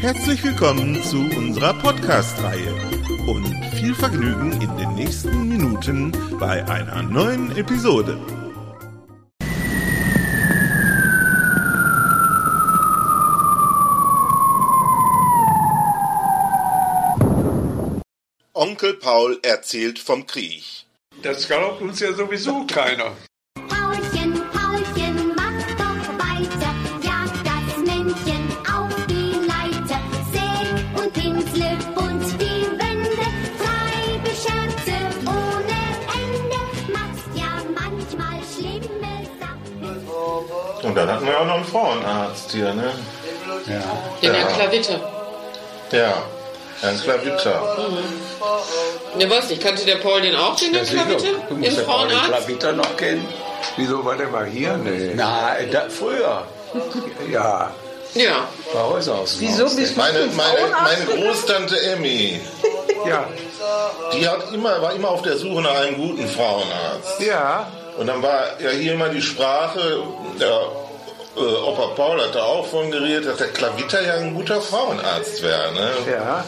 Herzlich willkommen zu unserer Podcast-Reihe und viel Vergnügen in den nächsten Minuten bei einer neuen Episode. Onkel Paul erzählt vom Krieg. Das glaubt uns ja sowieso keiner. Paulchen, Paulchen, mach doch weiter, jag das Männchen auf die Leiter, säg und pinsle bunt die Wände, treibe Scherze ohne Ende, machst ja manchmal schlimme Sachen. Und dann hatten wir auch noch einen Frauenarzt hier, ne? Den Herrn Klavitte. Ja, Herrn Klavitta. Ne, weiß nicht, kannte der Paul den auch, den Herrn Klavitte? Du Den musst ja auch den Frauenarzt? Klaviter noch kennen. Wieso war der mal hier? Nee. Na, da, früher. Ja, Ja. bei Häuserhaus. Wieso bist du Meine, zum meine, Frauenarzt meine gegangen? Großtante Emmy, Ja, die hat immer, war immer auf der Suche nach einem guten Frauenarzt. ja. Und dann war ja hier immer die Sprache, der äh, Opa Paul hat da auch von geredet, dass der Klavitter ja ein guter Frauenarzt wäre, ne? Ja.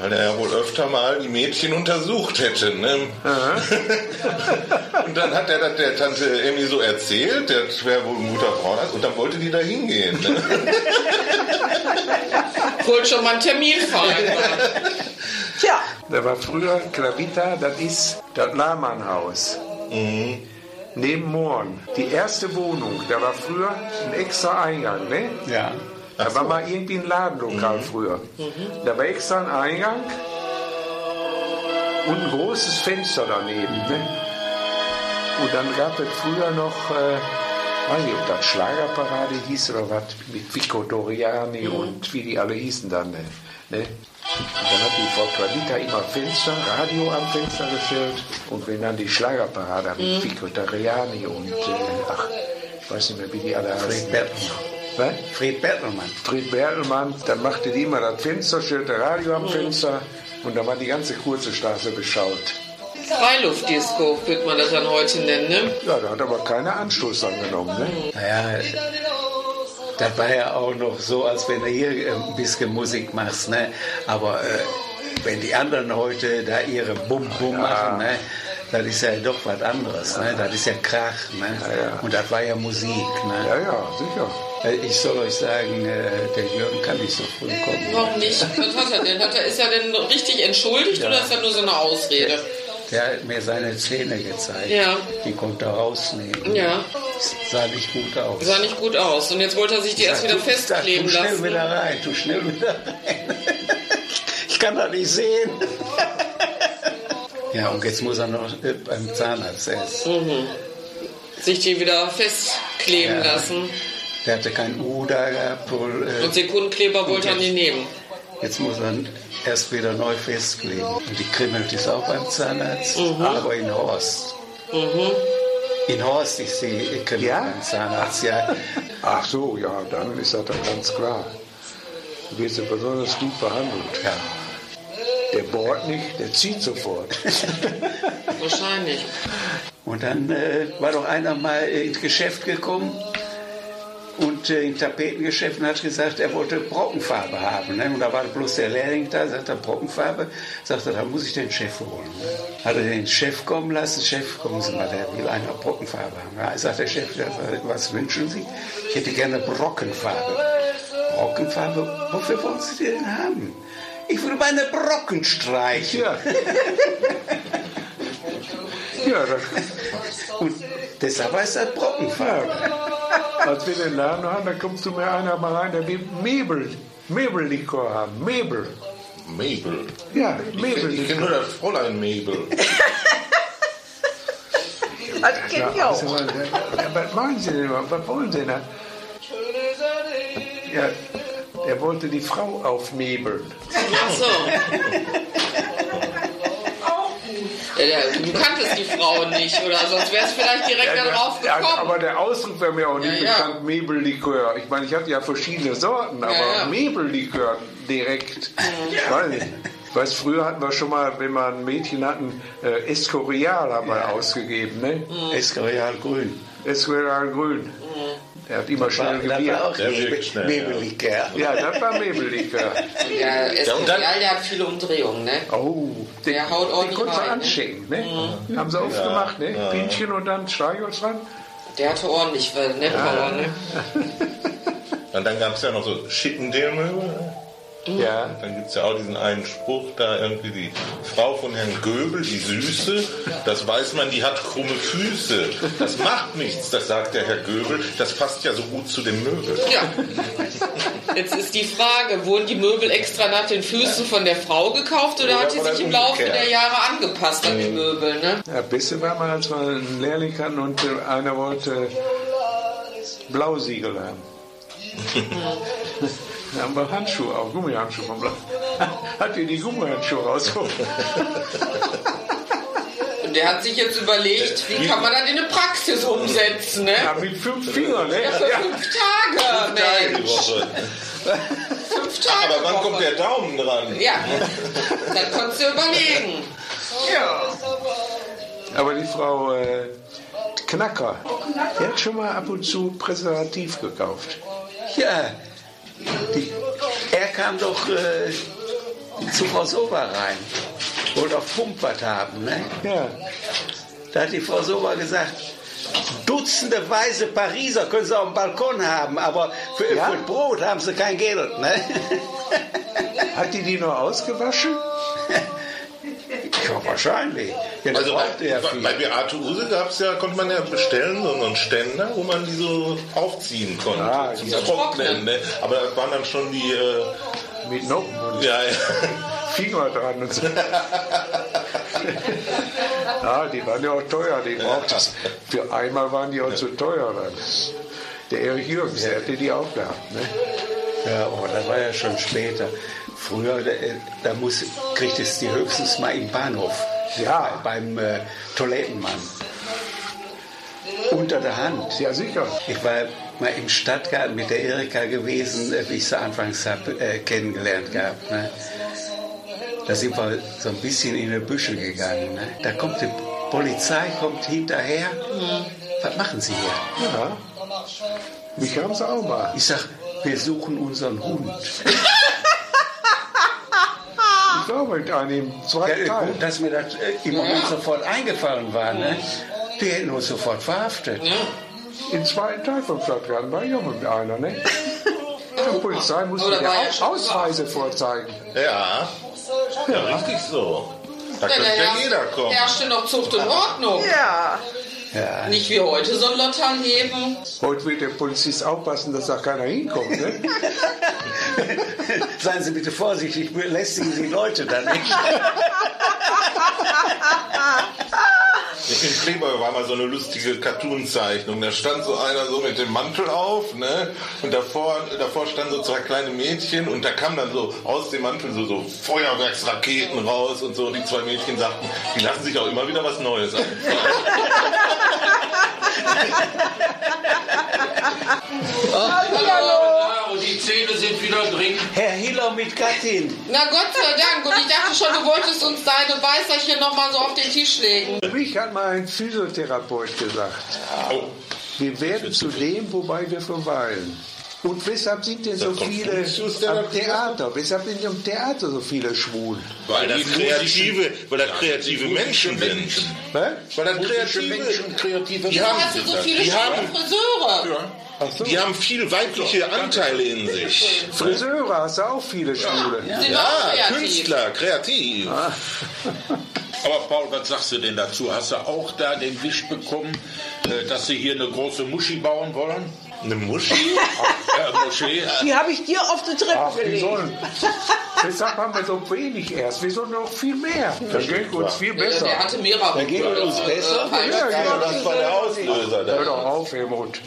Weil er ja wohl öfter mal die Mädchen untersucht hätte, ne? und dann hat er das der Tante Emmy so erzählt, der wäre wohl ein guter Frauenarzt, und dann wollte die da hingehen, ne? Wollte schon mal einen Termin vereinbaren. Tja, Da war früher Klavita, das ist das Lahmannhaus. Mhm. Neben Moorn. Die erste Wohnung, da war früher ein extra Eingang, ne? Ja. Da war mal irgendwie ein Ladenlokal früher. Da war extra ein Eingang und ein großes Fenster daneben. Ne? Und dann gab es früher noch, äh, weiß nicht, ob das Schlagerparade hieß oder was, mit Vico Doriani und wie die alle hießen dann. Ne? Ne? Und dann hat die Frau Qualita immer Fenster, Radio am Fenster gestellt. Und wenn dann die Schlagerparade mit Vico Doriani und, äh, ach, ich weiß nicht mehr, wie die alle heißen. Bertelmann. Was? Fred Bertelmann. Fred Bertelmann, dann machte die immer das Fenster, stellte Radio am Fenster und dann war die ganze kurze Straße beschaut. Freiluftdisco würde man das dann heute nennen, ne? Ja, da hat aber keiner Anstoß angenommen. Ne? Naja, das war ja auch noch so, als wenn du hier äh, ein bisschen Musik machst, ne? Aber äh, wenn die anderen heute da ihre Bum-Bum machen, ne? Das ist ja doch was anderes, ne? Das ist ja Krach, ne? ja. Und das war ja Musik, ne? Ja, ja, sicher. Äh, Ich soll euch sagen, äh, der Jürgen kann nicht so früh kommen. Warum nicht? Was hat er denn? Hat er, ist er denn richtig entschuldigt oder ist er nur so eine Ausrede? Der hat mir seine Zähne gezeigt. Ja. Die konnte er rausnehmen. Ja. Sah nicht gut aus. Sah nicht gut aus. Und jetzt wollte er sich die erst wieder Tu- festkleben tu schnell lassen. wieder rein, tu schnell wieder rein. Ich kann das nicht sehen. Ja, und jetzt muss er noch äh, beim Zahnarzt erst. Sich die wieder festkleben Ja. lassen. Der hatte kein U da gehabt. Wohl, Und äh, Sekundenkleber wollte er nicht nehmen. jetzt muss er erst wieder neu festkleben. Und die kribbelt ist auch beim Zahnarzt, Mhm. aber in Horst. In Horst ist die kribbelt Ja? beim Zahnarzt, ja. Ach so, ja, dann ist das doch ganz klar. Du wirst ja besonders gut behandelt. ja. Der bohrt nicht, der zieht sofort. Wahrscheinlich. Und dann äh, war doch einer mal äh, ins Geschäft gekommen und äh, in Tapetengeschäft und hat gesagt, er wollte Brockenfarbe haben. Ne? Und da war bloß der Lehrling da, sagt er, Brockenfarbe. Sagt er, da muss ich den Chef holen. Ne? Hat er den Chef kommen lassen, Chef, kommen Sie mal, der will einer Brockenfarbe haben. Da sagt der Chef, ja, was wünschen Sie? Ich hätte gerne Brockenfarbe. Brockenfarbe, wofür wollen Sie die denn haben? Ich will meine Brocken streichen. Ja. Ja, das, Und deshalb heißt das Brockenfarbe. als wir den Laden haben, da kommst du mir einer mal rein, der will Möbel, Möbellikor haben, Möbel. Mabel. Ja, Ich kenn- Ich Möbellikor. kenne nur das Fräulein Mabel. das kenn ich auch. Also, was machen Sie denn überhaupt? Was wollen Sie denn? Ja, der wollte die Frau aufnebeln. Ach so. Ja, der, du kanntest die Frau nicht, oder? Sonst wärst du vielleicht direkt da drauf Ja, gekommen. aber der Ausdruck wäre mir auch nicht Ja, ja. bekannt, Mebellikör. Ich meine, ich hatte ja verschiedene Sorten, aber ja. Mebellikör direkt. Ich weiß nicht. Ich weiß, früher hatten wir schon mal, wenn wir ein Mädchen hatten, äh, Escorial haben wir ausgegeben, ne? Mhm. Escorial grün. Escorial Grün. Mhm. Der hat immer schnell genau. Das war auch gewirkt. Der wirkt Nebel- schnell, Nebeliger. Ja, das war Mebellikör. ja, Ja, und dann- Escorial, der hat viele Umdrehungen, ne? Oh, den, Der haut den ordentlich konnte man rein, ne? anschenken, ne? Haben sie oft gemacht, ne? Pinchen und dann Schlagholz dran. Der hatte ordentlich äh, ne, Power, ne? Und dann gab es ja noch so Schickendämme. Ja. Dann gibt es ja auch diesen einen Spruch da irgendwie, die Frau von Herrn Göbel, die Süße, das weiß man, die hat krumme Füße. Das macht nichts, das sagt der Herr Göbel. Das passt ja so gut zu dem Möbel. Ja. Jetzt ist die Frage, wurden die Möbel extra nach den Füßen von der Frau gekauft oder hat sie oder sich im Laufe umgekehrt. der Jahre angepasst an die Mhm. Möbel, ne? Ja, bisschen war man, als wir einen Lehrling hatten und äh, einer wollte Blausiegel haben. Mhm. Dann haben wir Handschuhe auf, Gummihandschuhe vom Blau. Hat ihr die Gummihandschuhe rausgeholt? Und der hat sich jetzt überlegt, wie kann man das in eine Praxis umsetzen, ne? Äh, Ja, mit fünf Fingern, ne? Ja, für Ja. fünf Tage, Die Mensch. Woche. Fünf Tage. Aber wann Woche. kommt der Daumen dran? Ja, dann konntest du überlegen. Aber die Frau äh, Knacker, die hat schon mal ab und zu Präservativ gekauft. Ja, die, er kam doch äh, zu Frau Sober rein. Wollte auf Pump was haben, ne? Ja, Da hat die Frau Sober gesagt, Dutzende weiße Pariser können sie auf dem Balkon haben, aber für, Ja? für Brot haben sie kein Geld. Ne? hat die die nur ausgewaschen? Ja, wahrscheinlich. Ja, das Also brauchte bei, ja viel. bei Beate Use gab's ja, konnte man ja bestellen, so einen Ständer, wo man die so aufziehen konnte. Ah, zum ja. Trocknen. Ne? Aber das waren dann schon die. Äh, Mit Noppen und ja, ja. Finger dran und so. ja, die waren ja auch teuer, die braucht es. Für einmal waren die auch zu teuer dann. Der Erich Jürgens, der hätte die auch gehabt. Ne? Ja, aber das war ja schon später. Früher, da, da muss, kriegt es die höchstens mal im Bahnhof. Ja. Bei, beim äh, Toilettenmann. Unter der Hand. Ja, sicher. Ich war mal im Stadtgarten mit der Erika gewesen, äh, wie ich sie anfangs hab, äh, kennengelernt gehabt. Ne? Da sind wir so ein bisschen in die Büsche gegangen. Ne? Da kommt die Polizei, kommt hinterher. Was machen Sie hier? Ja. Mich haben sie auch mal. Ich sag, wir suchen unseren Hund. Ich glaube, in einem zweiten Ja, Teil. Äh, gut, dass mir das äh, im Moment sofort eingefallen war. Ne? Die hätten uns sofort verhaftet. Im zweiten Teil vom Stadtgarten war ich auch mit einer, ne? Die Polizei musste Oder mir war ja auch schon Ausweise vorzeigen. Ja. ja, richtig so. Da Ja, könnte ja herrscht- jeder kommen. herrschte noch Zucht und Ordnung. Ja. Ja. Nicht wie heute so ein Lottern heben. Heute wird der Polizist aufpassen, dass da keiner hinkommt, ne? Seien Sie bitte vorsichtig, belästigen Sie die Leute dann nicht. In Playboy war mal so eine lustige Cartoon-Zeichnung. Da stand so einer so mit dem Mantel auf, ne? Und davor, davor standen so zwei kleine Mädchen und da kam dann so aus dem Mantel so, so Feuerwerksraketen raus und so. Und die zwei Mädchen sagten, die lassen sich auch immer wieder was Neues einfallen. Oh, Euro, die Zähne sind wieder drin. Herr Hiller mit Gattin. Na Gott sei Dank. Und ich dachte schon, du wolltest uns deine Weißerchen nochmal so auf den Tisch legen. Mich hat mal ein Physiotherapeut gesagt. Au. Wir werden zu dem, wobei wir verweilen. Und weshalb sind denn so kommt viele Lucius, der am da- Theater? Weshalb sind im Theater so viele schwul? Weil das Die kreative, weil das kreative Menschen sind. Hä? Weil das Kreative kreative Menschen, kreative Die Du haben hast sie ja so dann. viele Die schöne haben, Friseure. Ach so. die haben viel weibliche Anteile in sich. Friseure hast du auch viele Schwule. Sind auch Ja, kreativ. Künstler, kreativ. Aber Paul, was sagst du denn dazu? Hast du auch da den Wisch bekommen, äh, dass sie hier eine große Muschi bauen wollen? Eine Muschi? Äh, Moschee? äh, Die habe ich dir auf die Treppe Ach, wir gelegt. sollen. Weshalb haben wir so wenig erst? Wir sollen noch viel mehr. Dann geht uns viel Der, besser. der hatte mehrere. Da geht es uns besser. Äh, Ja, das war der Auslöser. ne? Schweizer Hör da. doch auf, Helmut.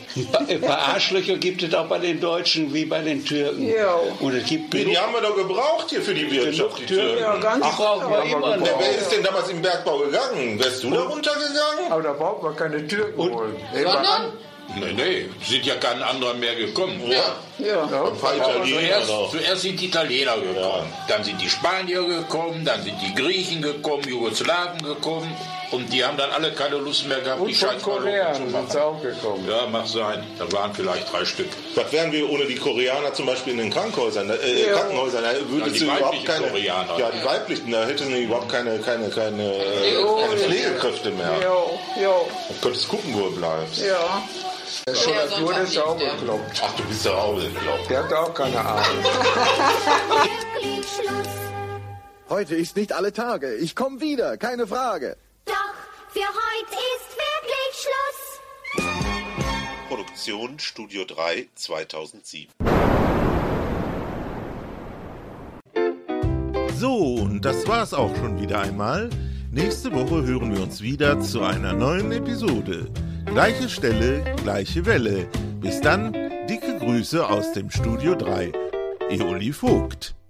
Ein paar Arschlöcher gibt es auch bei den Deutschen wie bei den Türken. Ja. Und es gibt Die genug, haben wir doch gebraucht hier für die Wirtschaft, die Türken. Türken. Ja, ganz genau. Ach, brauchen wir immer noch. Wer ist denn damals im Bergbau gegangen? Wärst du da runtergegangen? Aber da braucht man keine Türken holen. Nehmen wir an, Sondern? Nee, nee, sind ja kein anderer mehr gekommen. Ja, Ja. ein paar Italiener Zuerst, noch. zuerst sind die Italiener gekommen, dann sind die Spanier gekommen, dann sind die Griechen gekommen, Jugoslawen gekommen und die haben dann alle keine Lust mehr gehabt, Und die von Scheißballon Korea zu sind sie machen. auch gekommen. Ja, mag sein. Da waren vielleicht drei Stück. Was wären wir ohne die Koreaner zum Beispiel in den Krankenhäusern? Äh, Krankenhäusern, da würdest Ja, die du überhaupt weiblichen keine. Koreaner. Ja, die weiblichen, da hätten sie überhaupt keine, keine, keine, äh, Jo, keine ja. Pflegekräfte mehr. Ja, ja, Du könntest gucken, wo du bleibst. ja. Der Schiller sonst wurde auch nicht, sauber ja. gekloppt. Ach, du bist ja auch geglaubt. Der hat auch keine Ahnung. Glücklich Schluss. Heute ist nicht alle Tage. Ich komme wieder, keine Frage. Doch für heute ist wirklich Schluss. Produktion Studio 3 2007. So, und das war's auch schon wieder einmal. Nächste Woche hören wir uns wieder zu einer neuen Episode. Gleiche Stelle, gleiche Welle. Bis dann, dicke Grüße aus dem Studio 3. Eoli Vogt.